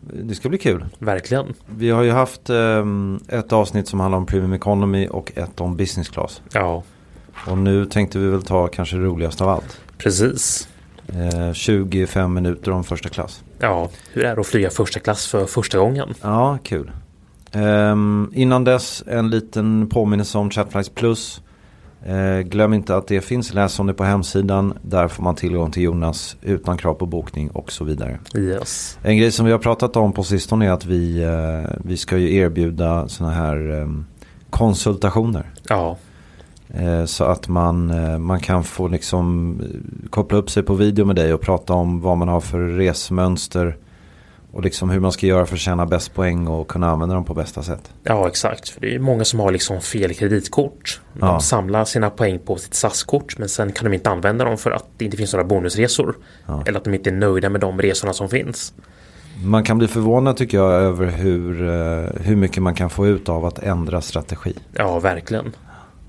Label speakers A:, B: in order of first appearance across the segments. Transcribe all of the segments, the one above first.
A: Det ska bli kul.
B: Verkligen.
A: Vi har ju haft ehm, ett avsnitt som handlar om Premium Economy och ett om Business Class.
B: Ja,
A: Och nu tänkte vi väl ta kanske det roligaste av allt.
B: precis.
A: Eh, 25 minuter om första klass.
B: Ja, hur är det att flyga första klass för första gången?
A: Ja, kul. Ehm, innan dess en liten påminnelse om Chatflies Plus. Eh, glöm inte att det finns, läs om det på hemsidan. Där får man tillgång till Jonas utan krav på bokning och så vidare.
B: Yes.
A: En grej som vi har pratat om på sistone är att vi, eh, vi ska ju erbjuda sådana här eh, konsultationer.
B: Ja,
A: Eh, så att man, eh, man kan få liksom eh, koppla upp sig på video med dig och prata om vad man har för resmönster. Och liksom hur man ska göra för att tjäna bäst poäng och kunna använda dem på bästa sätt.
B: ja exakt. För det är många som har liksom fel kreditkort. De
A: Ja.
B: samlar sina poäng på sitt SAS-kort men sen kan de inte använda dem för att det inte finns några bonusresor. Eller att de inte är nöjda med de resorna som finns.
A: Man kan bli förvånad tycker jag över hur, eh, hur mycket man kan få ut av att ändra strategi.
B: Ja, verkligen.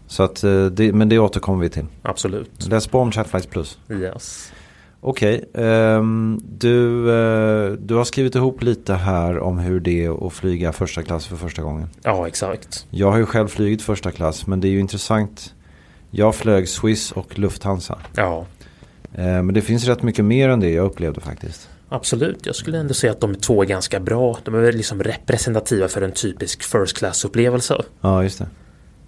A: Så att, eh, det, men det återkommer vi till.
B: Absolut.
A: Läs på om Chatflights Plus.
B: Yes.
A: Okej, ehm, du, eh, du har skrivit ihop lite här om hur det är att flyga första klass för första gången.
B: Ja, exakt.
A: Jag har ju själv flugit första klass men det är ju intressant. Jag flög Swiss och Lufthansa.
B: Ja,
A: Eh, men det finns rätt mycket mer än det jag upplevde faktiskt.
B: Absolut, jag skulle ändå säga att de två är ganska bra. De är väl liksom representativa för en typisk first class upplevelse.
A: Ja, just det.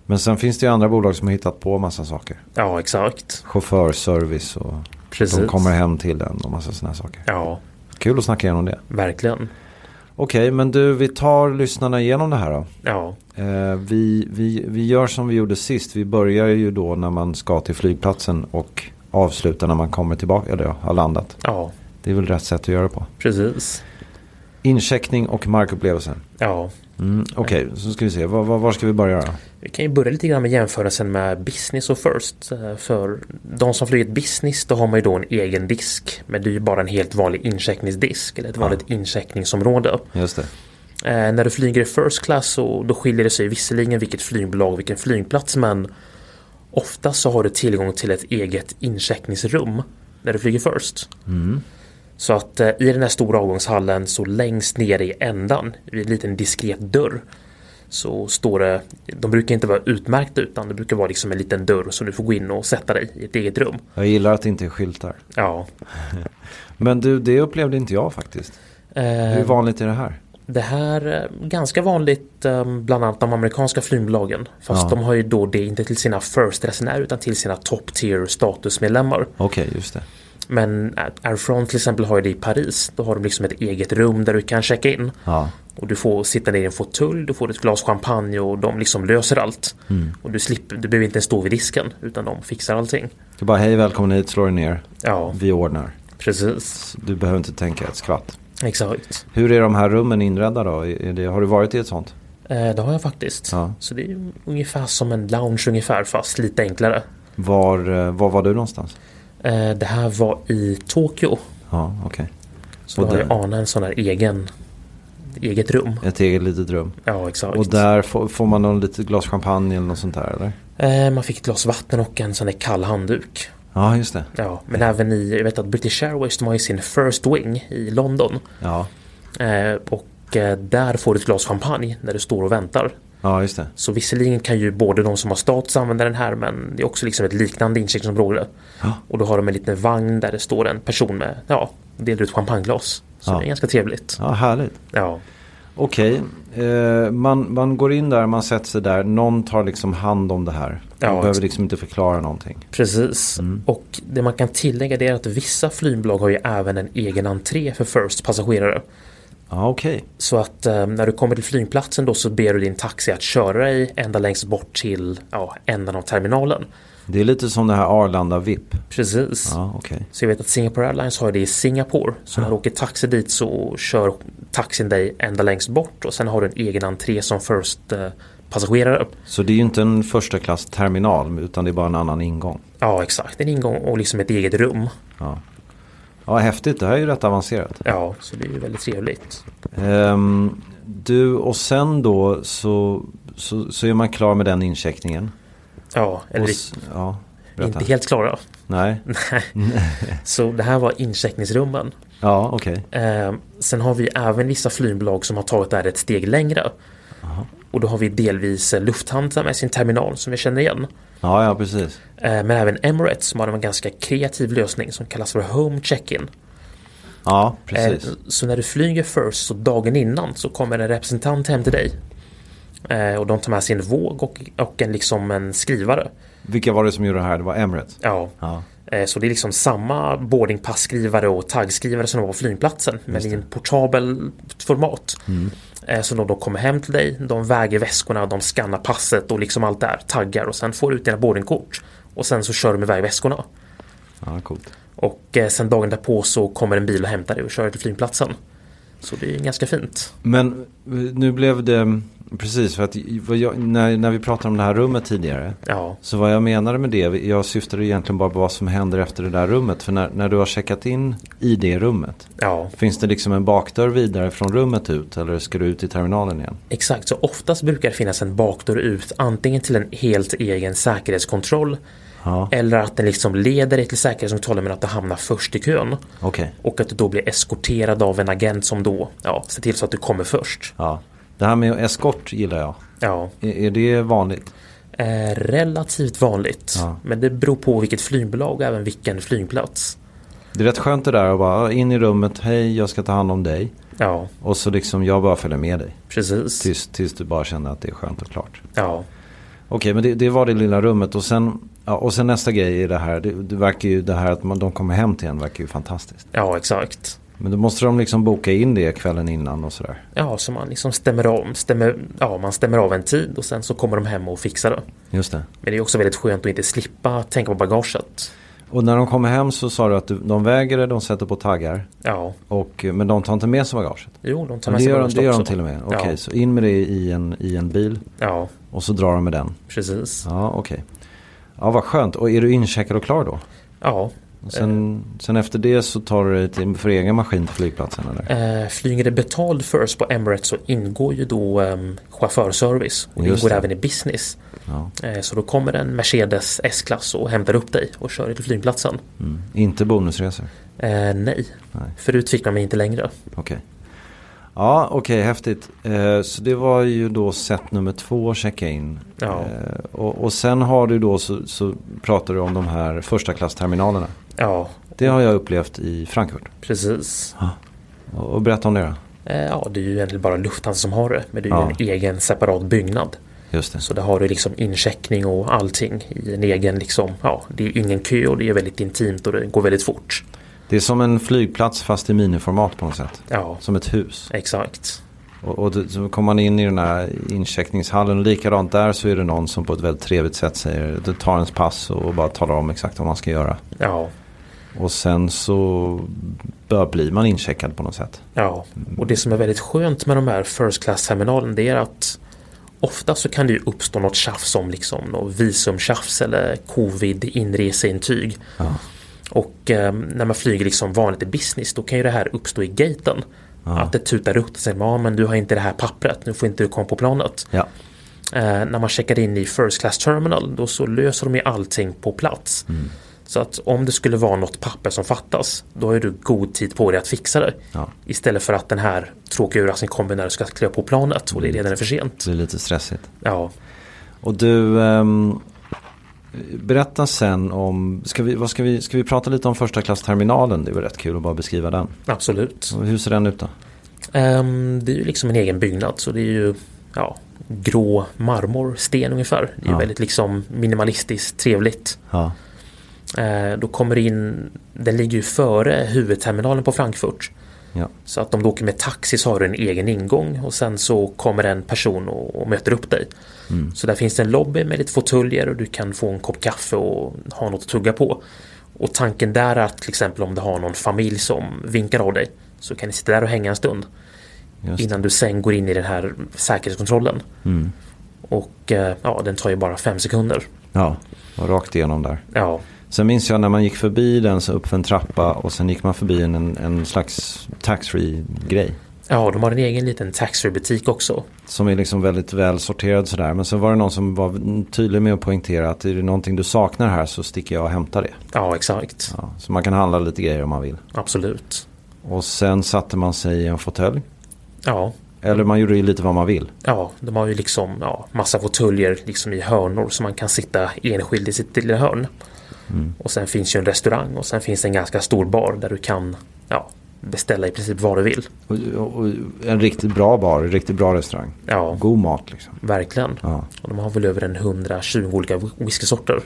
A: Men sen finns det ju andra bolag som har hittat på massa saker.
B: Ja, exakt.
A: Chaufförservice och
B: Precis.
A: de kommer hem till den och massa sådana saker.
B: Ja,
A: Kul att snacka igenom det.
B: verkligen.
A: Okej, men du vi tar lyssnarna igenom det här då.
B: Ja,
A: Eh, vi, vi, vi gör som vi gjorde sist. Vi börjar ju då när man ska till flygplatsen och avslutar när man kommer tillbaka eller ja, har landat.
B: ja,
A: Det är väl rätt sätt att göra det på.
B: precis.
A: Incheckning och markupplevelsen.
B: Ja,
A: Mm, Okej, så ska vi se. Var, var, var ska vi börja då?
B: vi kan ju börja lite grann med jämförelsen med business och first. Eh, För de som flyger business, då har man ju då en egen disk. Men det är ju bara en helt vanlig incheckningsdisk eller ett vanligt incheckningsområde.
A: Just det.
B: Eh, när du flyger i first class så då skiljer det sig visserligen vilket flygbolag vilken flygplats men ofta så har du tillgång till ett eget incheckningsrum när du flyger first. Så att eh, i den här stora avgångshallen så längst ner i ändan vid en liten diskret dörr så står det, de brukar inte vara utmärkta utan det brukar vara liksom en liten dörr så du får gå in och sätta dig i ett eget rum.
A: Jag gillar att det inte är skyltar.
B: Ja.
A: Men du, det upplevde inte jag faktiskt.
B: Eh,
A: Hur vanligt är det här?
B: Det här är ganska vanligt eh, bland annat de amerikanska flygbolagen. Fast
A: Ja.
B: de har ju då det inte till sina first resenärer utan till sina top tier statusmedlemmar.
A: Okej, just det.
B: Men Air France till exempel har ju det i Paris. Då har de liksom ett eget rum där du kan checka in.
A: Ja.
B: Och du får sitta ner i en fåtölj, du får ett glas champagne och de liksom löser allt.
A: Mm.
B: Och du, slipper, du behöver inte ens stå vid disken utan de fixar allting.
A: Det är bara hej, välkommen hit, slå dig ner.
B: Ja,
A: Vi ordnar.
B: precis.
A: Du behöver inte tänka ett skvatt.
B: Exakt. Hur?
A: Hur är de här rummen inredda då? Är det, har du varit i ett sånt?
B: Eh, Det har jag faktiskt.
A: Ja.
B: Så det är ju ungefär som en lounge ungefär fast lite enklare.
A: Var, eh, var var du någonstans?
B: Eh, Det här var i Tokyo.
A: Ja, okej.
B: Så
A: Och
B: då har jag
A: där-
B: anat en sån där egen, eget rum.
A: Ett eget litet rum.
B: Ja, exakt.
A: Och där får, får man någon litet glas champagne eller något sånt där eller?
B: Eh, Man fick ett glas vatten och en sån där kall handduk.
A: Ja, just det.
B: Ja, men även i, jag vet att British Airways de har ju sin First Wing i London.
A: Ja,
B: Eh, Och eh, där får du ett glas champagne när du står och väntar.
A: ja just det.
B: Så visserligen kan ju både de som har status använda den här men det är också liksom ett liknande incheckningsområde.
A: Ja.
B: Och då har de en liten vagn där det står en person med, ja, delar ut champagneglas. Så
A: Ja.
B: det är ganska trevligt.
A: Ja, härligt.
B: Ja.
A: Okej, eh, man, man går in där, man sätter sig där. Någon tar liksom hand om det här. Man
B: Ja,
A: behöver
B: exakt.
A: liksom inte förklara någonting.
B: Precis.
A: Mm.
B: Och det man kan tillägga det är att vissa flygbolag har ju även en egen entré för first passagerare.
A: Ja, okej.
B: Så att eh, när du kommer till flygplatsen då så ber du din taxi att köra dig ända längst bort till ja, änden av terminalen.
A: Det är lite som det här Arlanda VIP.
B: Precis.
A: Ja, okej.
B: Så jag vet att Singapore Airlines har det i Singapore. Så när du åker taxi dit så kör taxin dig ända längst bort och sen har du en egen entré som first eh, passagerare.
A: Så det är ju inte en första klass terminal utan det är bara en annan ingång.
B: Ja exakt, en ingång och liksom ett eget rum.
A: Ja, häftigt. Det här är ju rätt avancerat.
B: Ja, så det är ju väldigt trevligt.
A: Ehm, du, och sen då så, så, så är man klar med den incheckningen.
B: Ja, eller
A: och, s- ja, berätta.
B: inte helt klara.
A: Nej,
B: Så det här var incheckningsrummen.
A: ja okej.
B: Eh, sen har vi även vissa flygbolag som har tagit det här ett steg längre. Och då har vi delvis eh, Lufthansa med sin terminal som vi känner igen.
A: Ja, ja precis.
B: Eh, men även Emirates som har en ganska kreativ lösning som kallas för Home Check-In.
A: Ja,
B: Eh,
A: precis.
B: Så när du flyger först så dagen innan så kommer en representant hem till dig. Eh, Och de tar med sin våg och, och en, liksom en skrivare.
A: Vilka var det som gjorde det här? Det var Emirates?
B: Ja.
A: Ja,
B: Eh, Så det är liksom samma boardingpassskrivare och taggskrivare som de har på flygplatsen. Men i en portabel format. Eh, Så de då kommer hem till dig, de väger väskorna, de skannar passet och liksom allt där, taggar och sen får du ut dina boardingkort. Och sen så kör de iväg väskorna.
A: ja coolt.
B: Och eh, sen dagen därpå så kommer en bil och hämtar dig och kör dig till flygplatsen. Så det är ju ganska fint.
A: Men eh, nu blev det, mm, precis för att i- vad jag, när, när vi pratade om det här rummet tidigare.
B: Ja,
A: Så vad jag menade med det, jag syftade egentligen bara på vad som händer efter det där rummet. För när, när du har checkat in i det rummet,
B: ja.
A: finns det liksom en bakdörr vidare från rummet ut eller ska du ut i terminalen igen?
B: Exakt, så oftast brukar det finnas en bakdörr ut antingen till en helt egen säkerhetskontroll
A: Ja,
B: eller att den liksom leder dig till säkerhetskontrollen men att du hamnar först i kön.
A: okej.
B: Och att du då blir eskorterad av en agent som då ja, ser till så att du kommer först.
A: Ja. Det här med eskort gillar jag.
B: Ja,
A: Är, är det vanligt?
B: eh, relativt vanligt.
A: Ja.
B: Men det beror på vilket flygbolag och även vilken flygplats.
A: Det är rätt skönt det där att bara "Ah, in i rummet, hej jag ska ta hand om dig.
B: Ja,
A: Och så liksom jag bara följer med dig.
B: precis.
A: Tills, tills du bara känner att det är skönt och klart.
B: Ja,
A: Okej, men det, det var det lilla rummet och sen, ja, och sen nästa grej i det här. Det, det verkar ju det här att man, de kommer hem till en verkar ju fantastiskt.
B: ja, exakt.
A: Men då måste de liksom boka in det kvällen innan och sådär.
B: Ja, så man liksom stämmer, om, stämmer, ja, man stämmer av en tid och sen så kommer de hem och fixar det.
A: Just det.
B: Men det är också väldigt skönt att inte slippa tänka på bagaget.
A: Och när de kommer hem så sa du att du- de väger det, de sätter på taggar.
B: Ja,
A: Och, men de tar inte med sig bagaget.
B: jo, de tar
A: Men
B: med
A: det
B: sig
A: gör, de,
B: bagaget
A: det gör de
B: också.
A: till och med. Okej,
B: ja,
A: så in med det i en, i en bil
B: ja,
A: och så drar de med den.
B: precis.
A: Ja, okej. Ja, vad skönt. Och är du incheckad och klar då?
B: Ja,
A: Och sen,
B: Eh.
A: sen efter det så tar du dig till, för egen maskin till flygplatsen eller?
B: eh, flyger det betald first på Emirates så ingår ju då eh, chaufförservice och det
A: Just
B: ingår
A: det.
B: även i business.
A: Ja.
B: Eh, så då kommer en Mercedes S-klass och hämtar upp dig och kör dig till flygplatsen.
A: mm. Inte bonusresor?
B: Eh, nej. förut fick man mig inte längre.
A: Okej. Ja, okej, häftigt. Eh, så det var ju då set nummer två, checka in.
B: Ja.
A: Eh, och, och sen har du då så, så pratar du om de här första klassterminalerna.
B: Ja,
A: Det har jag upplevt i Frankfurt.
B: precis.
A: Och, och berätta om det då.
B: Eh, ja, det är ju egentligen bara Lufthansa som har det, men det är ju
A: Ja.
B: en egen separat byggnad.
A: Just det.
B: Så där har du liksom incheckning och allting i en egen liksom, ja, det är ingen kö och det är väldigt intimt och det går väldigt fort.
A: Det är som en flygplats fast i miniformat på något sätt.
B: Ja,
A: Som ett hus.
B: exakt.
A: Och, och det- så kommer man in i den här incheckningshallen. Och likadant där så är det någon som på ett väldigt trevligt sätt säger. Du tar ens pass och bara talar om exakt vad man ska göra.
B: Ja,
A: Och sen så bör, blir man incheckad på något sätt.
B: ja. Och det som är väldigt skönt med de här first class terminalen det är att Ofta så kan det ju uppstå något tjafs om liksom något visumtjafs eller covid inreseintyg.
A: Ja.
B: Och eh, när man flyger liksom vanligt i business då kan ju det här uppstå i gaten. Att det tutar ut och säger ja men du har inte det här pappret, nu får inte du komma på planet.
A: Ja.
B: Eh, när man checkar in i First Class Terminal då så löser de ju allting på plats.
A: Mm.
B: Så att om det skulle vara något papper som fattas då har ju du god tid på dig att fixa det.
A: Ja.
B: Istället för att den här tråkiga överraskningen kommer när du ska kliva på planet och det
A: Mm.
B: redan är för sent.
A: Det är lite stressigt.
B: Ja,
A: Och du, ehm, berätta sen om, ska vi, vad ska, vi, ska vi prata lite om första klassterminalen? Det var rätt kul att bara beskriva den.
B: absolut.
A: Och Hur ser den ut då?
B: Ehm, det är ju liksom en egen byggnad så det är ju ja, grå marmorsten ungefär. Det är ju
A: Ja.
B: väldigt liksom minimalistiskt trevligt.
A: Ja,
B: Eh, då kommer det in, den ligger ju före huvudterminalen på Frankfurt.
A: ja,
B: Så att om du åker med taxi så har du en egen ingång och sen så kommer en person och, och möter upp dig.
A: Mm.
B: Så där finns det en lobby med lite fåtöljer och du kan få en kopp kaffe och ha något att tugga på. Och tanken där är att till exempel om du har någon familj som vinkar av dig så kan ni sitta där och hänga en stund
A: just Mm.
B: innan du sen går in i den här säkerhetskontrollen. Och eh, ja, den tar ju bara fem sekunder.
A: ja. Och rakt igenom där.
B: Ja,
A: Sen minns jag när man gick förbi den så upp för en trappa och sen gick man förbi en, en, en slags taxfree grej.
B: ja de har en egen liten taxfree-butik också.
A: Som är liksom väldigt väl sorterad sådär. Men sen var det någon som var tydlig med att poängtera att är det någonting du saknar här så sticker jag och hämtar det.
B: Ja, exakt.
A: Ja, så man kan handla lite grejer om man vill.
B: Absolut.
A: Och sen satte man sig i en fåtölj.
B: Ja,
A: Eller man gjorde ju lite vad man vill.
B: Ja, de har ju liksom ja, massa fåtöljer liksom i hörnor så man kan sitta enskild i sitt lilla hörn.
A: Mm.
B: Och sen finns ju en restaurang och sen finns det en ganska stor bar där du kan ja, beställa i princip vad du vill.
A: Och, och, och en riktigt bra bar, en riktigt bra restaurang.
B: Ja,
A: God mat liksom.
B: verkligen.
A: Ja.
B: Och de har väl över en 120 olika whiskysorter.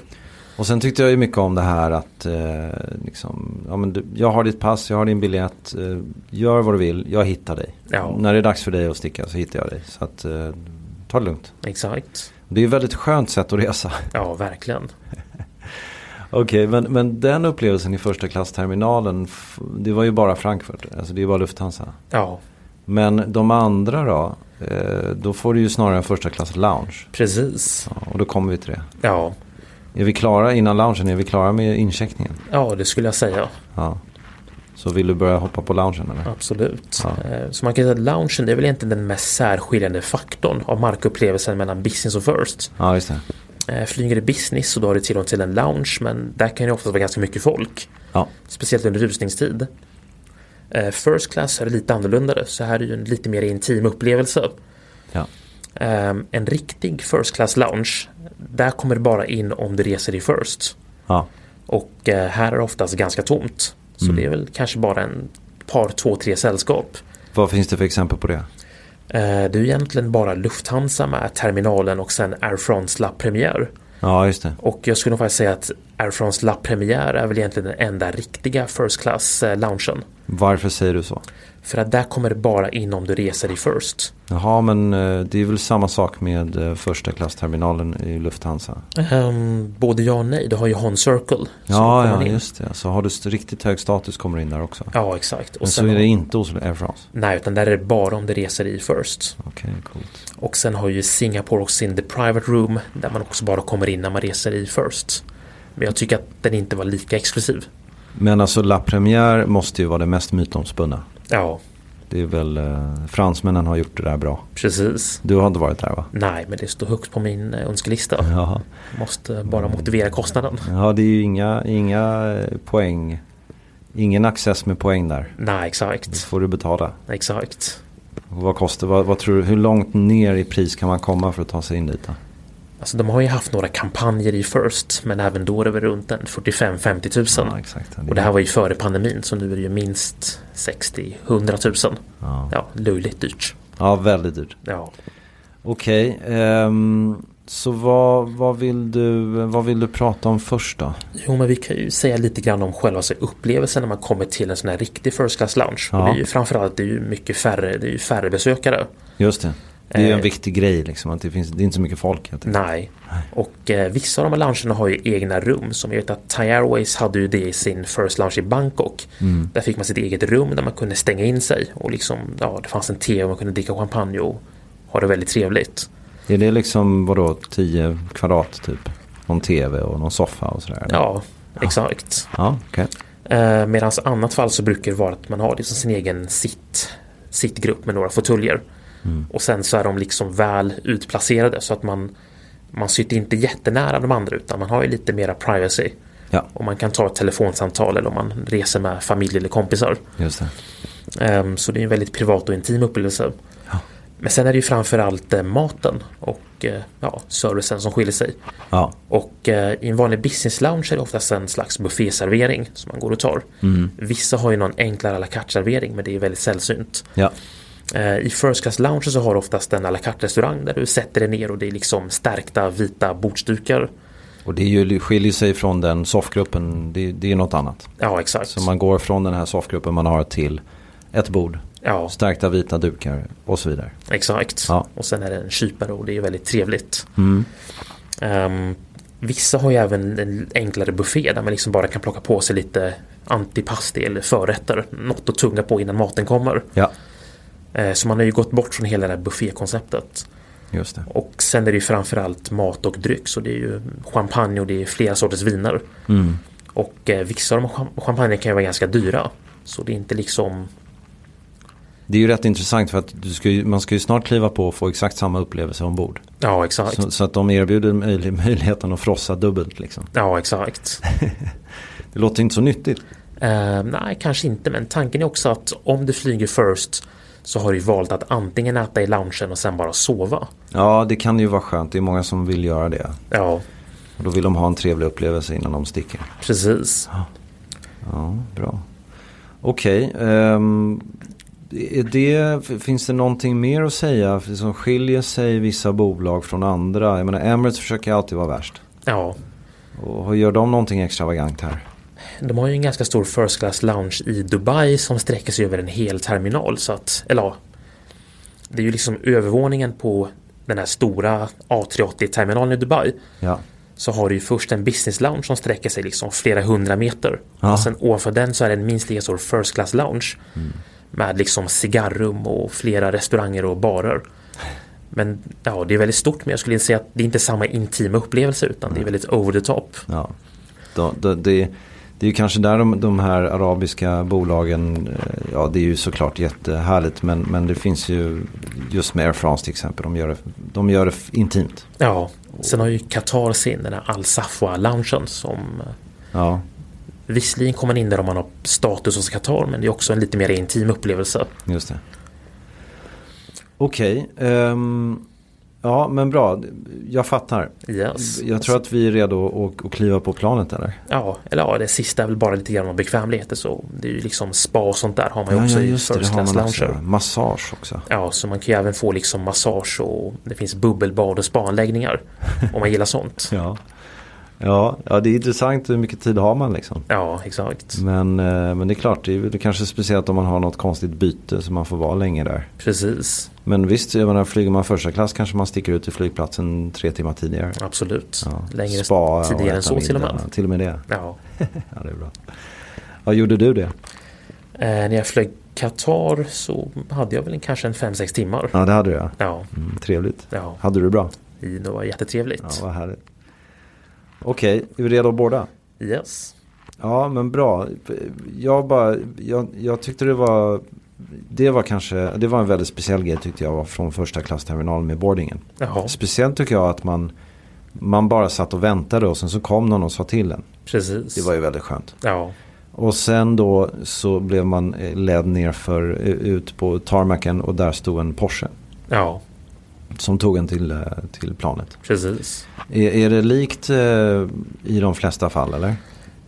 A: Och sen tyckte jag ju mycket om det här att eh, liksom, ja, men du, jag har ditt pass, jag har din biljett, eh, gör vad du vill, jag hittar dig.
B: Ja.
A: När det är dags för dig att sticka så hittar jag dig. Så att, eh, ta det lugnt.
B: Exakt.
A: Det är ju ett väldigt skönt sätt att resa.
B: Ja, verkligen.
A: Okej, men, men den upplevelsen i första klassterminalen, f- det var ju bara Frankfurt, alltså det är ju bara Lufthansa.
B: Ja,
A: Men de andra då, eh, då får du ju snarare en första klass lounge.
B: precis.
A: Ja, och då kommer vi till det.
B: Ja,
A: Är vi klara innan loungen? Är vi klara med incheckningen?
B: ja det skulle jag säga.
A: Ja. Så vill du börja hoppa på loungen eller?
B: Absolut.
A: Ja.
B: Eh, Så man kan säga att loungen det är väl egentligen den mest särskiljande faktorn av markupplevelsen mellan business och first.
A: Ja, just det.
B: Eh, Flyger i business så då har du tillgång till en lounge men där kan det ofta vara ganska mycket folk.
A: Ja,
B: Speciellt under rusningstid. Eh, First class är det lite annorlunda så här är det ju en lite mer intim upplevelse.
A: ja.
B: Eh, En riktig first class lounge där kommer det bara in om du reser i first.
A: ja.
B: Och eh, här är det oftast ganska tomt. Så det är väl kanske bara en par, två, tre sällskap.
A: Vad finns det för exempel på det?
B: Eh, Det är ju egentligen bara Lufthansa med terminalen och sen Air France La Première.
A: Ja, just det.
B: Och jag skulle nog faktiskt säga att Air France La Première är väl egentligen den enda riktiga first class eh, loungen.
A: Varför säger du så?
B: För att där kommer det bara in om du reser i first.
A: Jaha, men eh, det är väl samma sak med eh, första klassterminalen i Lufthansa?
B: Ehm, både ja och nej, du har ju Hon Circle. som
A: Ja,
B: kommer
A: ja,
B: in.
A: just det. Så har du st- riktigt hög status kommer du in där också.
B: Ja, exakt.
A: men
B: Och
A: så
B: sen,
A: är det inte hos Air France.
B: Nej, utan där är det bara om du reser i first.
A: Okej, coolt.
B: Och sen har ju Singapore också sin The Private Room där man också bara kommer in när man reser i first. Men jag tycker att den inte var lika exklusiv.
A: Men alltså La Première måste ju vara det mest mytomspunna.
B: Ja,
A: Det är väl eh, fransmännen har gjort det där bra.
B: precis.
A: Du har inte varit där va?
B: Nej, men det står högt på min eh, önskelista.
A: Jaha.
B: Måste bara motivera kostnaden.
A: Ja, det är ju inga, inga eh, poäng. Ingen access med poäng där.
B: Nej, exakt.
A: Får du betala.
B: Exakt.
A: Och Vad kostar, vad, vad tror du, hur långt ner i pris kan man komma för att ta sig in dit? Då?
B: Alltså de har ju haft några kampanjer i First men även då är det väl runt en 45-50 tusen.
A: Ja, exakt.
B: Och det här var ju före pandemin så nu är det ju minst 60-100 tusen.
A: Ja.
B: Ja, löjligt dyrt.
A: ja, väldigt dyrt.
B: Ja.
A: Okej, ehm, så vad, vad, vill du, vad vill du prata om först då?
B: Jo men vi kan ju säga lite grann om själva alltså, upplevelsen när man kommer till en sån här riktig First Class Lounge.
A: Ja.
B: Och det är ju framförallt det är ju mycket färre, det är ju färre besökare.
A: Just det. Det är ju en
B: Eh.
A: viktig grej liksom. Att det, finns, det är inte så mycket folk. helt enkelt.
B: Nej. Och eh, vissa av de här loungerna har ju egna rum. Som jag vet att Thai Airways hade ju det i sin First Lounge i Bangkok. Där fick man sitt eget rum där man kunde stänga in sig. Och liksom, ja, det fanns en tv och man kunde dricka champagne och ha det väldigt trevligt.
A: Är det liksom vadå 10 kvadrat typ? Någon tv och någon soffa och sådär? eller?
B: Ja, exakt.
A: Ja, okej.
B: Eh, Medan annat fall så brukar det vara att man har liksom sin egen sitt, sittgrupp med några fåtöljer. Och sen så är de liksom väl utplacerade så att man, man sitter inte jättenära de andra utan man har ju lite mera privacy.
A: Ja,
B: Och man kan ta ett telefonsamtal eller om man reser med familj eller kompisar.
A: just det.
B: Ehm, Så det är en väldigt privat och intim upplevelse.
A: Ja.
B: Men sen är det ju framförallt eh, maten och eh, ja, servicen som skiljer sig.
A: Ja,
B: Och eh, i en vanlig business lounge är det oftast en slags bufféservering som man går och tar.
A: Mm.
B: Vissa har ju någon enklare à la carte servering men det är väldigt sällsynt.
A: ja.
B: Eh, I first class lounge så har du oftast en à la carte restaurang där du sätter dig ner och det är liksom stärkta vita bordsdukar.
A: Och det är ju, skiljer sig från den soffgruppen. Det, det är något annat.
B: Ja exakt.
A: Så man går från den här soffgruppen man har till ett bord.
B: Ja
A: Stärkta vita dukar och så vidare.
B: exakt.
A: Ja. Mm.
B: Och sen är det en kypare och det är väldigt trevligt. Ehm, vissa har ju även en enklare buffé där man liksom bara kan plocka på sig lite antipasti eller förrätter. Något att tunga på innan maten kommer.
A: Ja,
B: Eh, Så man har ju gått bort från hela det här buffékonceptet.
A: just det.
B: Och sen är det ju framförallt mat och dryck så det är ju champagne och det är flera sorters viner.
A: Mm.
B: Och eh, vissa av de här cham- champagne kan ju vara ganska dyra. Så det är inte liksom,
A: Det är ju rätt intressant för att du ska ju, man ska ju snart kliva på och få exakt samma upplevelse ombord.
B: ja exakt.
A: Så, så att de erbjuder möjlig, möjligheten att frossa dubbelt liksom.
B: Ja exakt.
A: Det låter inte så nyttigt.
B: Eh, nej kanske inte men tanken är också att om du flyger first så har du ju valt att antingen äta i loungen och sen bara sova.
A: Ja, det kan ju vara skönt. Det är många som vill göra det.
B: Ja
A: Och då vill de ha en trevlig upplevelse innan de sticker.
B: precis.
A: Ja, bra. Okej. ehm, är det, finns det någonting mer att säga som skiljer sig vissa bolag från andra? Jag menar Emirates försöker alltid vara värst.
B: Ja.
A: Och gör de någonting extravagant här?
B: De har ju en ganska stor first class lounge i Dubai som sträcker sig över en hel terminal så att, eller ja, Det är ju liksom övervåningen på den här stora A380-terminalen i Dubai.
A: Ja,
B: Så har du ju först en business lounge som sträcker sig liksom flera hundra meter.
A: Ja. Mm.
B: Och sen ovanför den så är det en minst lika stor first class lounge. Med liksom cigarrum och flera restauranger och barer. Men ja, det är väldigt stort men jag skulle säga att det är inte samma intima upplevelse utan det är väldigt over the top.
A: ja. Då, då, det, det är ju kanske där de, de här arabiska bolagen, eh, ja det är ju såklart jättehärligt men, men det finns ju just med Air France till exempel, de gör det, de gör det f- intimt.
B: Ja, sen har ju Qatar sin den här Al Safwa-loungen som eh,
A: Ja,
B: visserligen kommer man in där om man har status hos Qatar men det är också en lite mer intim upplevelse.
A: Just det. Okej. ehm, ja, men bra. Jag fattar.
B: Yes.
A: Jag tror att vi är redo att, att kliva på planet eller?
B: Ja, eller ja, det sista är väl bara lite grann om bekvämligheter så det är ju liksom spa och sånt där har man ju
A: Ja,
B: också
A: ja
B: i
A: just det. Det
B: First
A: har
B: Class
A: man också.
B: Lounger.
A: Massage också.
B: Ja, så man kan ju även få liksom massage och det finns bubbelbad och spaanläggningar om man gillar sånt.
A: Ja. Ja, ja, det är intressant hur mycket tid har man liksom.
B: Ja, exakt.
A: Men, eh, men det är klart, det är väl kanske speciellt om man har något konstigt byte så man får vara länge där.
B: Precis,
A: Men visst, jag menar, flyger man första klass kanske man sticker ut till flygplatsen tre timmar tidigare.
B: absolut.
A: Ja,
B: Längre
A: spa och
B: tidigare
A: äta
B: än så till och
A: middag.
B: med.
A: Till och med det.
B: Ja.
A: Ja, det är bra. Ja, gjorde du det?
B: Eh, när jag flög Qatar så hade jag väl en- kanske en 5-6 timmar.
A: Ja, det hade du ja.
B: Ja,
A: Mm, trevligt.
B: ja.
A: Hade du det bra?
B: I- det var jättetrevligt.
A: Ja, vad härligt. Okej, är vi redo att båda?
B: Yes.
A: Ja, men bra. Jag, bara, jag, jag tyckte det var... Det var kanske, det var en väldigt speciell grej tyckte jag från första klassterminalen med boardingen.
B: Jaha,
A: Speciellt tycker jag att man, man bara satt och väntade och sen så kom någon och sa till en.
B: precis.
A: Det var ju väldigt skönt.
B: Ja,
A: Och sen då så blev man eh, ledd ner för, ut på tarmacen och där stod en Porsche.
B: ja,
A: Som tog en till, eh, till planet.
B: precis.
A: Är, är det likt eh, i de flesta fall eller?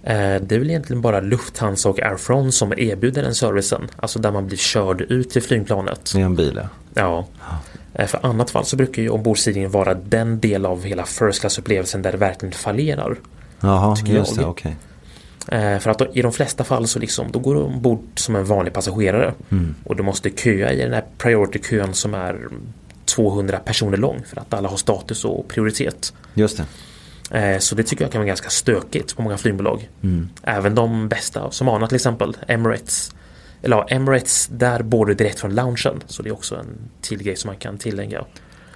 B: Eh, Det är väl egentligen bara Lufthansa och Air France som erbjuder den servicen. Alltså där man blir körd ut till flygplanet.
A: I en bil Mm. ja.
B: Ja. Eh, För annat fall så brukar ju ombordstigningen vara den del av hela first class-upplevelsen där det verkligen fallerar.
A: Jaha,
B: Tycker
A: just
B: jag.
A: det, okej.
B: Eh, För att då, i de flesta fall så liksom, då går du ombord som en vanlig passagerare. Och du måste köa i den här priority-kön som är 200 personer lång för att alla har status och prioritet.
A: Just det.
B: Eh, Så det tycker jag kan vara ganska stökigt på många flygbolag.
A: Mm.
B: Även de bästa, som Ana till exempel, Emirates. Eller ja, Emirates, där bor du direkt från loungen. Så det är också en till grej som man kan tillägga.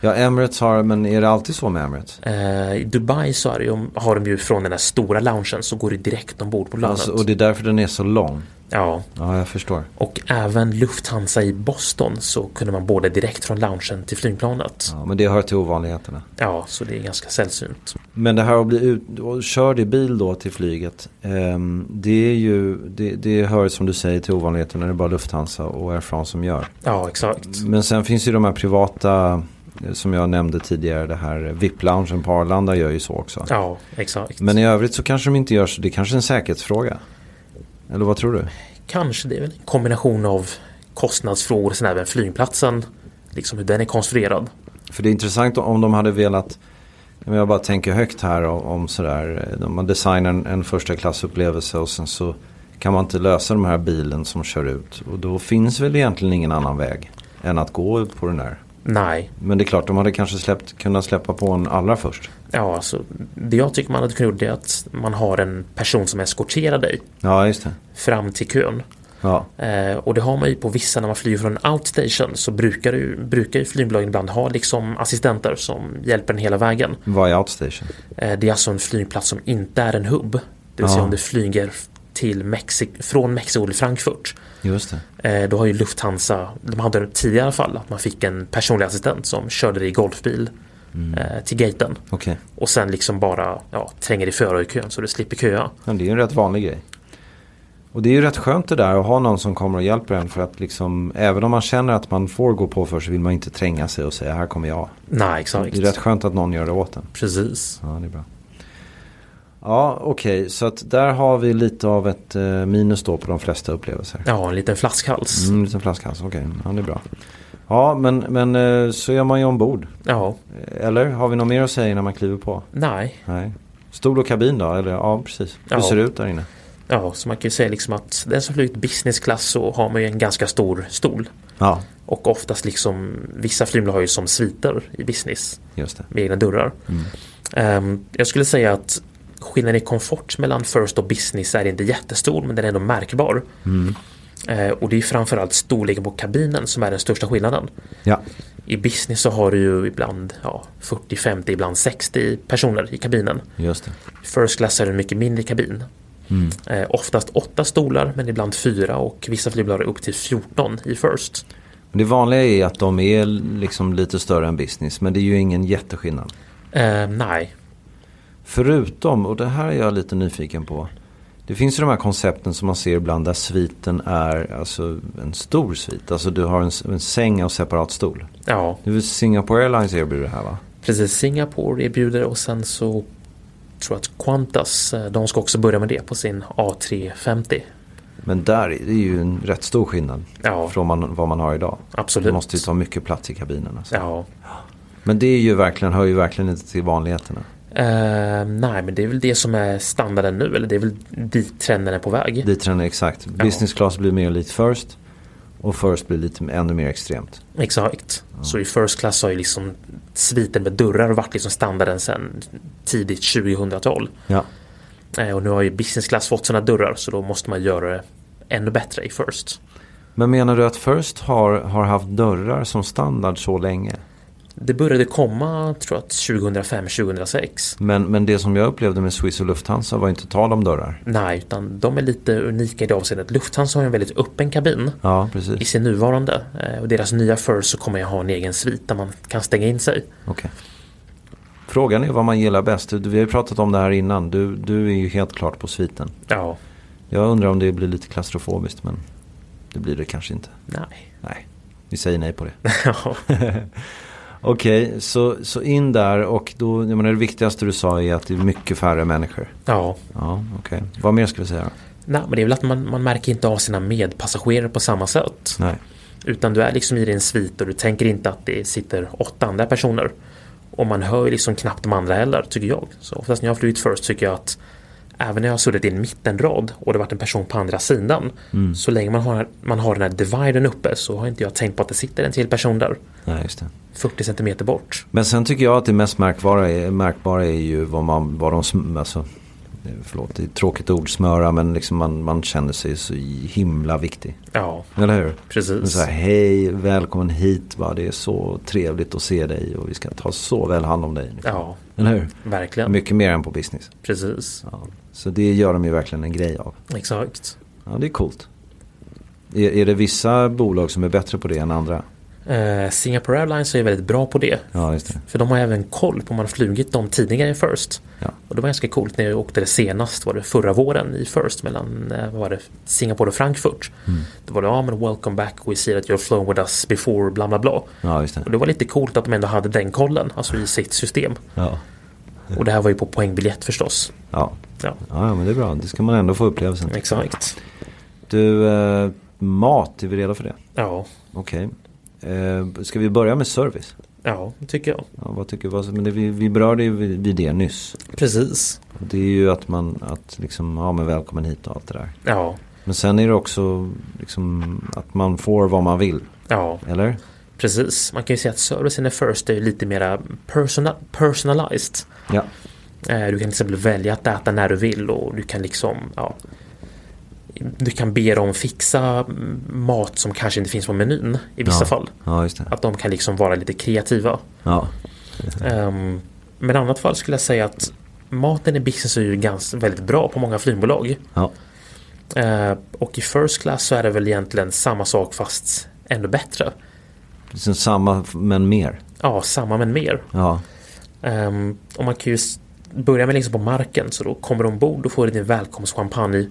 A: Ja, Emirates har, men är det alltid så med Emirates?
B: Eh, I Dubai så är det ju, har de ju från den här stora loungen så går det direkt ombord på planet.
A: Alltså, och det är därför den är så lång.
B: Ja,
A: Ja, jag förstår.
B: och även Lufthansa i Boston så kunde man båda direkt från loungen till flygplanet. Ja,
A: Ja, men det hör till ovanligheterna.
B: så det är ganska sällsynt.
A: Men det här att bli ut och körd i bil då till flyget. ehm, det är ju, det, det hör som du säger till ovanligheterna. Det är bara Lufthansa och Air France som gör.
B: Ja, exakt.
A: Men sen finns ju de här privata, eh, som jag nämnde tidigare, det här VIP-loungen på Arlanda gör ju så också.
B: Ja, exakt.
A: Men i övrigt så kanske de inte gör så, det är kanske är en säkerhetsfråga. Eller vad tror du?
B: Kanske det är väl en kombination av kostnadsfrågor sen även flygplatsen. Liksom hur den är konstruerad.
A: För det är intressant om de hade velat, men jag bara tänker högt här om, om sådär, eh, man designar en, en första klassupplevelse och sen så kan man inte lösa de här bilen som kör ut. Och då finns väl egentligen ingen annan väg än att gå på den här.
B: Nej,
A: Men det är klart, de hade kanske släppt, kunnat släppa på en allra först.
B: ja alltså det jag tycker man hade kunnat gjort det är att man har en person som eskorterar dig
A: Ja, just det.
B: fram till kön.
A: Ja.
B: Eh, och det har man ju på vissa när man flyger från en outstation så brukar, du, brukar ju flygbolagen ibland ha liksom assistenter som hjälper en hela vägen.
A: Vad är outstation?
B: Eh, det är alltså en flygplats som inte är en hubb. Det vill säga
A: Ja.
B: om du flyger till Mexik- från Mexiko till Frankfurt.
A: Just det.
B: Eh, då har ju Lufthansa, de hade det tidigare i alla fall, att man fick en personlig assistent som körde dig i golfbil eh, till gaten.
A: Mm. Okej.
B: Och sen liksom bara ja, tränger dig före i kön så du slipper köa.
A: Men det är ju en rätt vanlig grej. Och det är ju rätt skönt det där att ha någon som kommer och hjälper en för att liksom även om man känner att man får gå på för så vill man inte tränga sig och säga här kommer jag.
B: Nej,
A: Det
B: exakt.
A: är rätt skönt att någon gör det åt en.
B: Precis.
A: Ja, det är bra. Ja, okej. Så att där har vi lite av ett eh, minus då på de flesta upplevelser.
B: Ja, en liten flaskhals.
A: Mm, en liten flaskhals, okej. Ja, det är bra. Ja, men, men eh, så är man ju ombord.
B: Ja,
A: Eller har vi något mer att säga innan man kliver på?
B: nej.
A: Nej. Stol och kabin då? Eller ja, precis. Hur
B: Ja.
A: ser det ut där inne?
B: Ja, så man kan ju säga liksom att den som flugit business class så har man ju en ganska stor stol.
A: Ja,
B: Och oftast liksom, vissa flygbolag har ju som sviter i business
A: just det.
B: med egna dörrar. Ehm, jag skulle säga att skillnaden i komfort mellan first och business är inte jättestor men den är ändå märkbar. Eh, och det är framförallt storleken på kabinen som är den största skillnaden.
A: Ja,
B: I business så har du ju ibland ja, 40, 50, ibland 60 personer i kabinen.
A: just det.
B: First class är en mycket mindre kabin. Eh, oftast åtta stolar men ibland fyra och vissa flygbolag har upp till 14 i first.
A: Men Det vanliga är att de är liksom lite större än business men det är ju ingen jätteskillnad.
B: Eh, nej,
A: Förutom, och det här är jag lite nyfiken på. Det finns ju de här koncepten som man ser ibland där sviten är alltså en stor svit. Alltså du har en, s- en säng och separat stol.
B: ja.
A: Det är väl Singapore Airlines erbjuder det här va?
B: Precis, Singapore erbjuder och sen så tror jag att Qantas, eh, de ska också börja med det på sin A350.
A: Men där är det ju en rätt stor skillnad
B: Ja.
A: från man, vad man har idag.
B: Absolut.
A: Det måste ju ta mycket plats i kabinen. Alltså.
B: Ja.
A: Men det är ju verkligen, hör ju verkligen inte till vanligheterna.
B: Eh, nej, men det är väl det som är standarden nu, eller det är väl dit trenden är på väg.
A: Dit den är exakt. Business class blir mer lite first. Och first blir lite ännu mer extremt.
B: Exakt. Så i first class har ju liksom sviten med dörrar varit liksom standarden sedan tidigt 2000-tal.
A: Ja.
B: Eh, och nu har ju business class fått sina dörrar så då måste man göra det ännu bättre i first.
A: Men menar du att First har, har haft dörrar som standard så länge?
B: Det började komma, tror jag, 2005-2006.
A: Men, men det som jag upplevde med Swiss och Lufthansa var inte tal om dörrar.
B: Nej, utan de är lite unika i det avseendet. Lufthansa har ju en väldigt öppen kabin
A: Ja,
B: i
A: precis.
B: sin nuvarande. Eh, Och deras nya First så kommer jag ha en egen svit där man kan stänga in sig.
A: Okej. Frågan är vad man gillar bäst. Du- Vi har ju pratat om det här innan. Du, du är ju helt klart på sviten.
B: Ja,
A: Jag undrar om det blir lite klaustrofobiskt men det blir det kanske inte.
B: nej.
A: Nej, vi säger nej på det.
B: Ja,
A: Okej, så, så in där och då, jag menar det viktigaste du sa är att det är mycket färre människor.
B: ja.
A: Ja, okej. Vad mer ska vi säga? då?
B: Nej, men det är väl att man, man märker inte av sina medpassagerare på samma sätt.
A: Nej.
B: Utan du är liksom i din svit och du tänker inte att det sitter åtta andra personer. Och man hör ju liksom knappt de andra heller, tycker jag. Så oftast när jag har flugit first tycker jag att även när jag har suttit i en mittenrad och det varit en person på andra sidan. Så länge man har, man har den här dividen uppe så har inte jag tänkt på att det sitter en till person där.
A: Nej, just det.
B: 40 centimeter bort.
A: Men sen tycker jag att det mest märkbara är, märkbara är ju vad, man, vad de sm- alltså, förlåt, det är ett tråkigt ord smöra men liksom man, man känner sig så himla viktig.
B: Ja,
A: Eller hur? Men
B: precis.
A: Så här, hej, välkommen hit. Va? Det är så trevligt att se dig och vi ska ta så väl hand om dig.
B: Ja,
A: Eller hur?
B: verkligen.
A: Mycket mer än på business.
B: Precis.
A: Ja. Så det gör de ju verkligen en grej av.
B: Exakt.
A: Ja, det är coolt. Är, är det vissa bolag som är bättre på det än andra?
B: Eh, Singapore Airlines är väldigt bra på det.
A: Ja, just det.
B: För de har även koll på om man har flugit dem tidigare i First.
A: Ja.
B: Och det var ganska coolt när jag åkte det senast, var det förra våren i First mellan eh, vad var det, Singapore och Frankfurt.
A: Mm.
B: Då var det, ja men welcome back, we see that you're flown with us before, bla bla bla.
A: Ja, just det.
B: Och det var lite coolt att de ändå hade den kollen, alltså i sitt system.
A: Ja.
B: Och det här var ju på poängbiljett förstås.
A: Ja.
B: Ja,
A: ja, men det är bra. Det ska man ändå få upplevelsen.
B: exakt.
A: Du, eh, mat, är vi redo för det?
B: Ja,
A: Okej. Eh, ska vi börja med service?
B: ja, det tycker jag.
A: Ja, vad tycker vad, men det, vi, vi berörde ju vid vid det nyss.
B: Precis.
A: Och Det är ju att man, att liksom, ja men välkommen hit och allt det där.
B: Ja,
A: Men sen är det också liksom att man får vad man vill,
B: ja,
A: eller?
B: precis. Man kan ju säga att servicen i First är ju lite mera persona- personalized.
A: Ja.
B: Eh, Du kan till exempel välja att äta när du vill och du kan liksom ja, Du kan be dem fixa mm, mat som kanske inte finns på menyn i vissa
A: ja.
B: fall.
A: Ja, just det.
B: Att de kan liksom vara lite kreativa.
A: Ja.
B: Ehm, men i annat fall skulle jag säga att maten i business är ju ganska, väldigt bra på många flygbolag.
A: Ja.
B: Eh, och i first class så är det väl egentligen samma sak fast ännu bättre.
A: Liksom samma f- men mer.
B: Ja, samma men mer.
A: Ja.
B: Ehm, och man kan ju s- börja med liksom på marken så då kommer du ombord och får du din välkomstchampagne.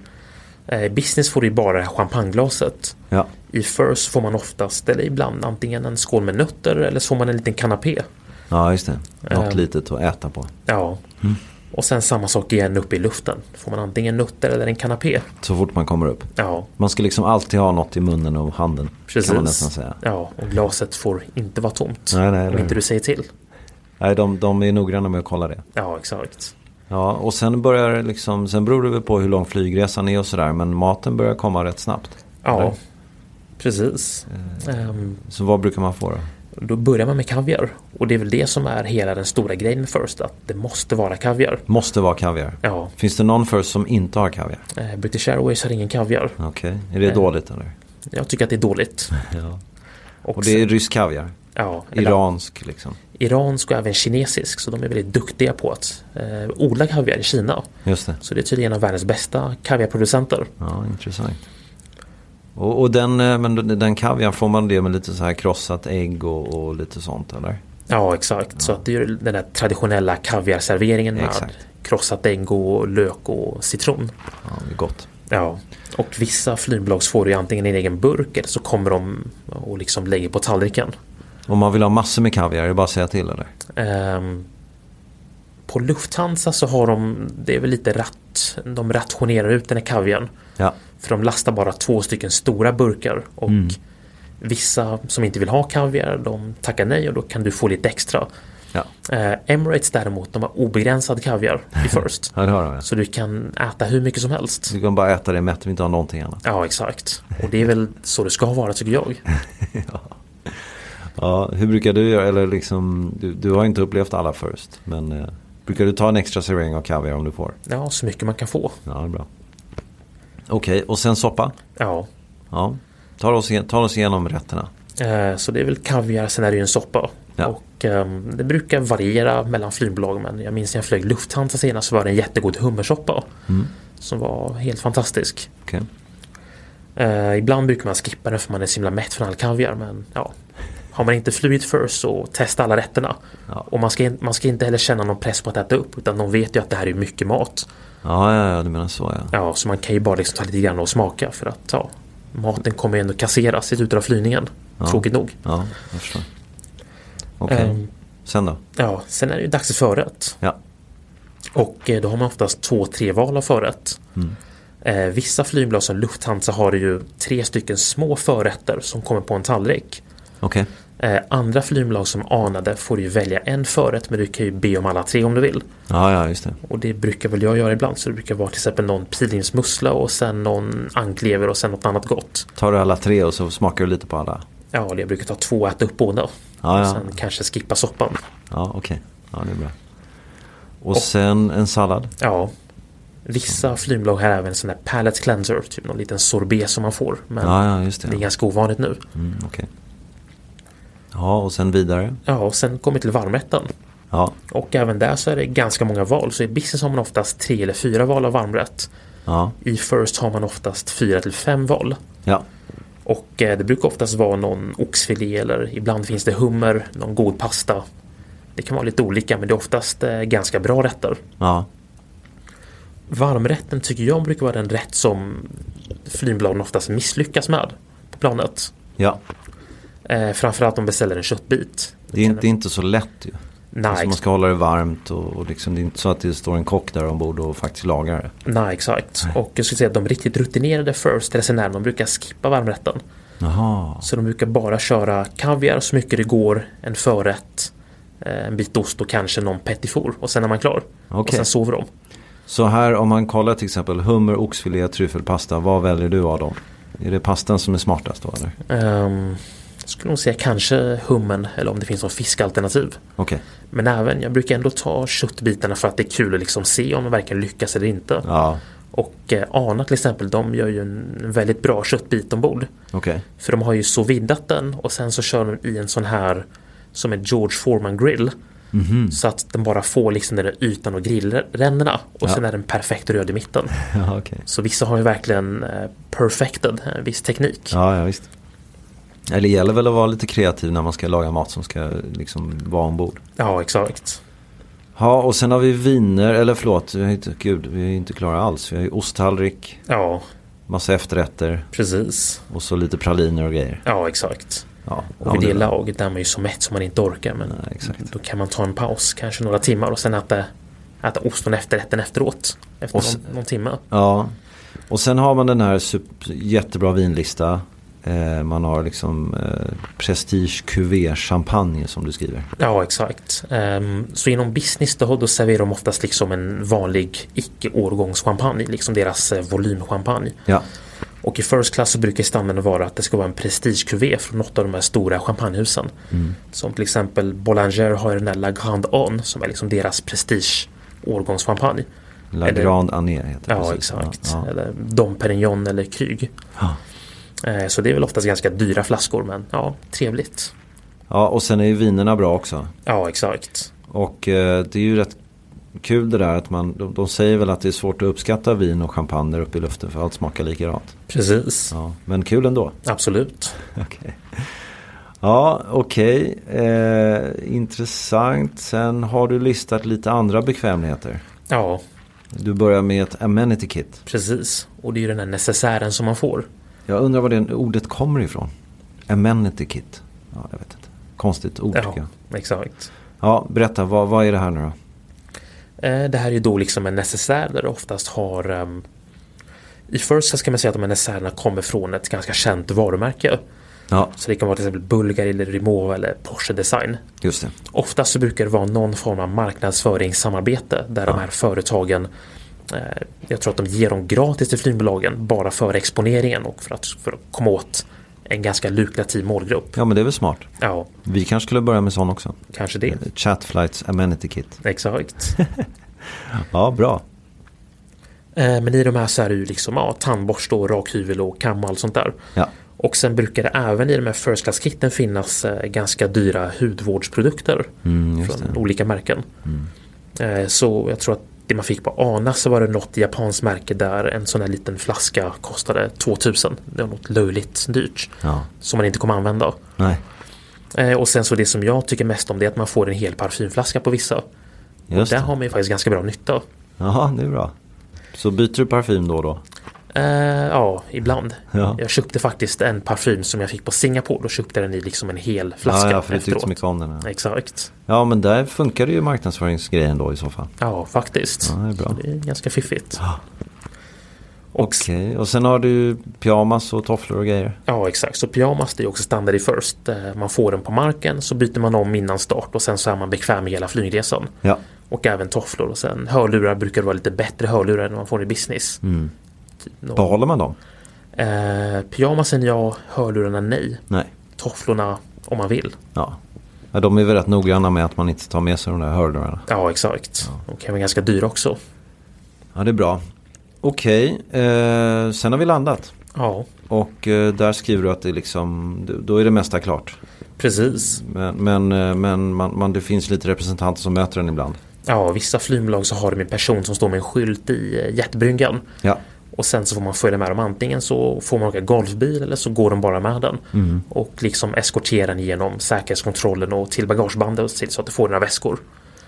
B: Eh, I business får du ju bara det här champagneglaset.
A: Ja.
B: I first får man oftast eller ibland antingen en skål med nötter eller så får man en liten kanapé.
A: Ja, just det. Ehm. Något
B: Eh.
A: litet att äta på.
B: Ja.
A: Mm.
B: Och sen samma sak igen uppe i luften. Får man antingen nötter eller en kanapé.
A: Så fort man kommer upp.
B: Ja,
A: Man ska liksom alltid ha något i munnen och handen.
B: precis.
A: Kan man nästan säga.
B: Ja, och glaset får inte vara tomt.
A: Nej, nej,
B: om
A: nej.
B: inte du säger till.
A: Nej, de, de är noggranna med att kolla det.
B: Ja, exakt.
A: Ja, och sen börjar det liksom, sen beror det väl på hur lång flygresan är och sådär. Men maten börjar komma rätt snabbt.
B: Ja,
A: Eller?
B: precis.
A: Eh.
B: Ehm,
A: Så vad brukar man få då?
B: då börjar man med kaviar. Och det är väl det som är hela den stora grejen med First. Att det måste vara kaviar.
A: Måste vara kaviar.
B: Ja,
A: Finns det någon för oss som inte har kaviar?
B: eh, British Airways har ingen kaviar.
A: Okej, är det
B: Eh.
A: dåligt eller?
B: Jag tycker att det är dåligt.
A: Ja.
B: Och,
A: Och det är rysk kaviar?
B: ja, eller-
A: Iransk liksom?
B: iransk och även kinesisk. Så de är väldigt duktiga på att eh, odla kaviar i Kina.
A: Just det.
B: Så det är tydligen en av världens bästa kaviarproducenter.
A: Ja, intressant. Och, och den, eh, men den- den kaviar, får man det med lite så här krossat ägg och, och lite sånt eller?
B: Ja, exakt. Så att det är ju den där traditionella kaviarserveringen med
A: Exakt.
B: krossat ägg och lök och citron.
A: Ja, det är gott.
B: Ja. Och vissa flygbolag får du ju antingen i en egen burk eller så kommer de och liksom lägger på tallriken.
A: Om man vill ha massor med kaviar, är det bara att säga till eller?
B: Ehm, på Lufthansa så har de, det är väl lite ratt, de rationerar ut den här kaviarn.
A: Ja,
B: För de lastar bara två stycken stora burkar och vissa som inte vill ha kaviar de tackar nej och då kan du få lite extra.
A: ja.
B: Eh, Emirates däremot, de har obegränsad kaviar i First.
A: ja Mm. det har de. ja.
B: så du kan äta hur mycket som helst.
A: Du kan bara äta det mätt, vi inte ha någonting annat.
B: Ja, exakt. Och det är väl så det ska vara tycker jag.
A: Ja, hur brukar du göra? Eller liksom, du, du har inte upplevt alla först. Men eh, brukar du ta en extra servering av kaviar om du får?
B: Ja, så mycket man kan få.
A: Ja, det är bra. Okej, och sen soppa.
B: Ja,
A: Ja. Ta oss, igen, ta oss igenom rätterna.
B: eh, så det är väl kaviar, sen är det ju en soppa.
A: Ja.
B: Och ehm, det brukar variera mellan flygbolag men jag minns när jag flög Lufthansa senast så var det en jättegod hummersoppa.
A: Mm.
B: Som var helt fantastisk.
A: Okej.
B: Eh, ibland brukar man skippa den för man är så himla mätt från all kaviar men ja. Har man inte flugit först så testa alla rätterna.
A: Ja.
B: Och man ska, man ska inte heller känna någon press på att äta upp utan de vet ju att det här är mycket mat.
A: Ja, ja, ja, du menar så ja.
B: Ja, så man kan ju bara liksom ta lite grann och smaka för att ja, maten kommer ju ändå kasseras i slutet av flygningen. Tråkigt nog.
A: Ja, jag förstår. Okej.
B: Ehm.
A: Sen då?
B: Ja, sen är det ju dags för förrätt.
A: Ja.
B: Och eh, då har man oftast två, tre val av förrätt.
A: Mm.
B: Eh, vissa flygbolag som Lufthansa har ju tre stycken små förrätter som kommer på en tallrik.
A: Okej.
B: Eh, andra flygbolag som anade får du ju välja en förrätt men du kan ju be om alla tre om du vill.
A: Ja, ja, just det.
B: Och det brukar väl jag göra ibland så det brukar vara till exempel någon pilgrimsmussla och sen någon anklever och sen något annat gott.
A: Tar du alla tre och så smakar du lite på alla?
B: Ja, eller jag brukar ta två och äta upp båda.
A: Ja, ja.
B: Och sen kanske skippa soppan.
A: Ja, okej. Ja, det är bra. Och sen en sallad.
B: Ja. Vissa flygbolag har även sån här pallet cleanser, typ någon liten sorbet som man får. Men
A: Ja, ja, just det.
B: det är ganska ovanligt nu.
A: Mm, okej. Ja, och sen vidare.
B: Ja, och sen kommer vi till varmrätten.
A: Ja,
B: Och även där så är det ganska många val. Så i business har man oftast tre eller fyra val av varmrätt.
A: ja,
B: I first har man oftast fyra till fem val.
A: ja.
B: Och eh, det brukar oftast vara någon oxfilé eller ibland finns det hummer, någon god pasta. Det kan vara lite olika men det är oftast eh, ganska bra rätter.
A: ja.
B: Varmrätten tycker jag brukar vara den rätt som flygbolagen oftast misslyckas med på planet.
A: Ja,
B: Eh, framförallt om de beställer en köttbit.
A: det är inte, inte så lätt ju. Alltså
B: Nej,
A: man ska hålla det varmt och, och liksom, det är inte så att det står en kock där ombord och faktiskt lagar det.
B: nej exakt. Och jag skulle säga att de riktigt rutinerade first resenärerna de brukar skippa varmrätten.
A: Jaha,
B: Så de brukar bara köra kaviar så mycket det går, en förrätt, eh, en bit ost och kanske någon petit four. Och sen är man klar. Och
A: Okej.
B: sen sover de.
A: så här om man kollar till exempel hummer, oxfilé, tryffelpasta. Vad väljer du av dem? Är det pastan som är smartast då eller?
B: Ehm, skulle nog säga kanske hummen eller om det finns någon fiskalternativ.
A: Okej,
B: Men även, jag brukar ändå ta köttbitarna för att det är kul att liksom se om de verkligen lyckas eller inte.
A: ja,
B: Och eh, Ana till exempel, de gör ju en väldigt bra köttbit ombord.
A: okej.
B: För de har ju soviddat den och sen så kör de i en sån här som en George Foreman grill.
A: Mhm.
B: Så att den bara får liksom den där ytan och grillränderna. Och
A: Ja.
B: sen är den perfekt röd i mitten.
A: Ja, okej.
B: Så vissa har ju verkligen eh, perfected en viss teknik.
A: Ja, ja, visst. Eller det gäller väl att vara lite kreativ när man ska laga mat som ska liksom vara ombord.
B: ja exakt.
A: Ja, och sen har vi viner, eller förlåt, vi har inte, gud, vi är inte klara alls. Vi har ju osttallrik,
B: Ja,
A: massa efterrätter
B: precis.
A: och så lite praliner och grejer.
B: Ja, exakt.
A: Ja,
B: Och vid
A: ja,
B: det
A: men-
B: laget är man ju så mätt som man inte orkar. Men
A: Nej, exakt.
B: då kan man ta en paus, kanske några timmar och sen äta, äta osten efter rätten efteråt. Efter
A: Och sen-
B: någon, någon timme.
A: Ja, och sen har man den här sup- jättebra vinlista. Eh, man har liksom eh, Prestige Cuvée Champagne som du skriver.
B: Ja, exakt. Ehm, så inom business då, då serverar de oftast liksom en vanlig icke-årgångschampagne, liksom deras eh, volymchampagne.
A: Ja,
B: Och i first class så brukar standarden vara att det ska vara en prestigekuvé från något av de här stora champagnehusen.
A: Mm.
B: Som till exempel Boulanger har ju den här La Grande On som är liksom deras prestige årgångschampagne.
A: La
B: Eller-
A: Grande Année heter det.
B: Ja,
A: precis.
B: exakt.
A: Ja, ja.
B: Eller Dom Perignon eller Kryg.
A: Ja.
B: Eh, Så det är väl oftast ganska dyra flaskor men ja, trevligt.
A: ja, och sen är ju vinerna bra också.
B: Ja, exakt.
A: Och eh, det är ju rätt kul det där att man, de, de säger väl att det är svårt att uppskatta vin och champagne där uppe i luften för allt smakar likadant.
B: Precis.
A: Ja, men kul ändå.
B: Absolut.
A: Okej. Ja, okej. Eh, intressant. Sen har du listat lite andra bekvämligheter.
B: Ja,
A: Du börjar med ett amenity kit.
B: precis. Och det är ju den här necessären som man får.
A: Jag undrar var det ordet kommer ifrån. Amenity kit. Ja, jag vet inte. Konstigt ord tycker jag.
B: Ja, exakt.
A: Ja, berätta. Vad, vad är det här nu då?
B: Eh, Det här är ju då liksom en necessär där du oftast har ehm, I first class kan man säga att de här necessärerna kommer från ett ganska känt varumärke.
A: Ja,
B: Så det kan vara till exempel Bulgari eller Rimowa eller Porsche Design.
A: just det.
B: Oftast så brukar det vara någon form av marknadsföringssamarbete där de här företagen eh, Jag tror att de ger dem gratis till flygbolagen bara för exponeringen och för att, för att komma åt en ganska lukrativ målgrupp.
A: Ja, men det är väl smart.
B: Ja,
A: Vi kanske skulle börja med sån också.
B: kanske det.
A: Mm. Chatflights Amenity Kit.
B: Exakt.
A: Ja, bra.
B: Eh, Men i de här så är det ju liksom ja, tandborste och rakhyvel och kam och allt sånt där.
A: Ja.
B: Och sen brukar det även i de här first class-kitten finnas eh, ganska dyra hudvårdsprodukter
A: Mm,
B: från olika märken. Eh, Så jag tror att det man fick på Ana så var det något japanskt märke där en sån här liten flaska kostade 2000. Det var något löjligt dyrt
A: Ja.
B: som man inte kommer använda.
A: Nej,
B: Eh, Och sen så det som jag tycker mest om det är att man får en hel parfymflaska på vissa.
A: just
B: Där
A: det.
B: har man ju faktiskt ganska bra nytta.
A: Jaha, det är bra. Så byter du parfym då och då?
B: Eh, ja, ibland.
A: Ja.
B: Jag köpte faktiskt en parfym som jag fick på Singapore. Då köpte jag den i liksom en hel flaska
A: Ja, ja, för du tyckte
B: efteråt.
A: så mycket om den. Här.
B: Exakt.
A: Ja, men där funkar det ju marknadsföringsgrejen då i så fall.
B: Ja, faktiskt.
A: Ja, det är bra.
B: Så det är ganska fiffigt. Och,
A: Okej, och sen har du pyjamas och tofflor och grejer.
B: Ja, exakt. Så pyjamas det är ju också standard i first. Eh, Man får den på marken, så byter man om innan start och sen så är man bekväm i hela flygresan.
A: Ja,
B: Och även tofflor. Och sen hörlurar brukar det vara lite bättre hörlurar än man får i business.
A: Mm.
B: Typ någon-
A: behåller man dem?
B: eh, pyjamasen ja, hörlurarna nej.
A: Nej.
B: Tofflorna om man vill.
A: Ja. ja, de är väl rätt noggranna med att man inte tar med sig de där hörlurarna.
B: Ja, exakt. De kan vara ganska dyra också.
A: Ja, det är bra. Okej, eh, sen har vi landat.
B: Ja,
A: Och eh, där skriver du att det liksom, då är det mesta klart.
B: precis.
A: Men, men, eh, men man, man, det finns lite representanter som möter den ibland.
B: Ja, vissa flygbolag så har de en person som står med en skylt i eh, jetbryggan.
A: Ja,
B: Och sen så får man följa med dem antingen så får man åka golfbil eller så går de bara med den.
A: Mm.
B: Och liksom eskorterar den genom säkerhetskontrollen och till bagagebandet och till så att du får dina väskor.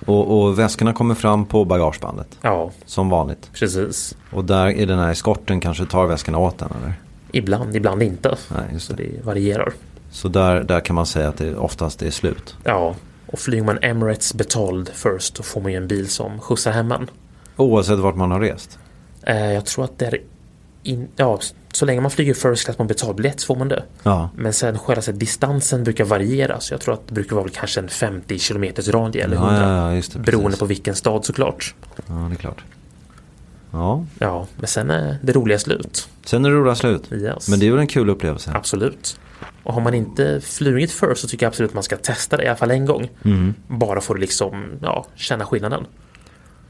A: och, och väskorna kommer fram på bagagebandet.
B: Ja,
A: Som vanligt.
B: precis.
A: Och där är den här eskorten kanske tar väskorna åt den eller?
B: Ibland, ibland inte.
A: Nej, just
B: Så
A: det.
B: det varierar.
A: Så där, där kan man säga att det oftast är slut.
B: Ja, och flyger man Emirates betald first då får man ju en bil som skjutsar hem en.
A: Oavsett vart man har rest.
B: Eh, jag tror att det är... In, ja, så länge man flyger first class på en betald biljett så får man det.
A: Ja,
B: Men sen själva så här, distansen brukar variera så jag tror att det brukar vara väl kanske en 50 kilometers radie eller
A: ja,
B: 100.
A: ja just det. Precis.
B: Beroende på vilken stad såklart.
A: Ja, det är klart. Ja,
B: Ja, men sen är det roliga slut.
A: sen är det roliga slut.
B: Yes.
A: Men det är väl en kul upplevelse?
B: Absolut. Och har man inte flugit förr så tycker jag absolut man ska testa det i alla fall en gång.
A: Mm.
B: Bara för att liksom ja, känna skillnaden.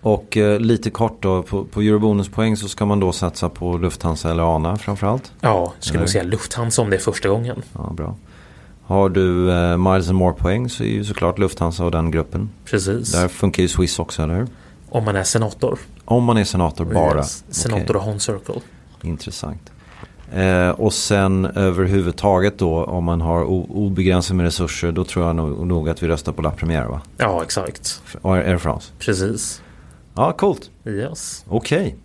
A: Och eh, lite kort då, på, på eurobonuspoäng så ska man då satsa på Lufthansa eller ANA framförallt.
B: Ja, skulle
A: Eller?
B: nog säga Lufthansa om det är första gången.
A: Ja, bra. Har du eh, Miles and More poäng så är ju såklart Lufthansa och den gruppen.
B: Precis.
A: Där funkar ju Swiss också, eller hur?
B: Om man är senator.
A: Om man är senator bara.
B: Yes. Senator
A: Okej,
B: och Hon Circle.
A: Intressant. Eh, och sen överhuvudtaget då om man har o- obegränsat med resurser då tror jag nog, nog att vi röstar på La Première va?
B: Ja, exakt.
A: F- Air Air France.
B: Precis.
A: Ja, coolt.
B: Yes,
A: Okej.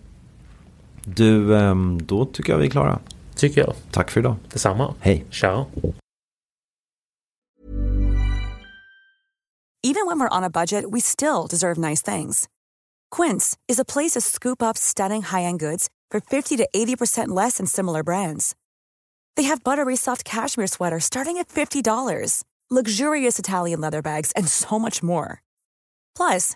A: Du, ehm, då tycker jag vi är klara.
B: tycker jag.
A: Tack för idag.
B: Detsamma.
A: Hej.
B: Ciao.
C: Even when we're on a budget, we still deserve nice things. Quince is a place to scoop up stunning high-end goods for 50 to 80% less than similar brands. They have buttery soft cashmere sweaters starting at $50, luxurious Italian leather bags, and so much more. Plus,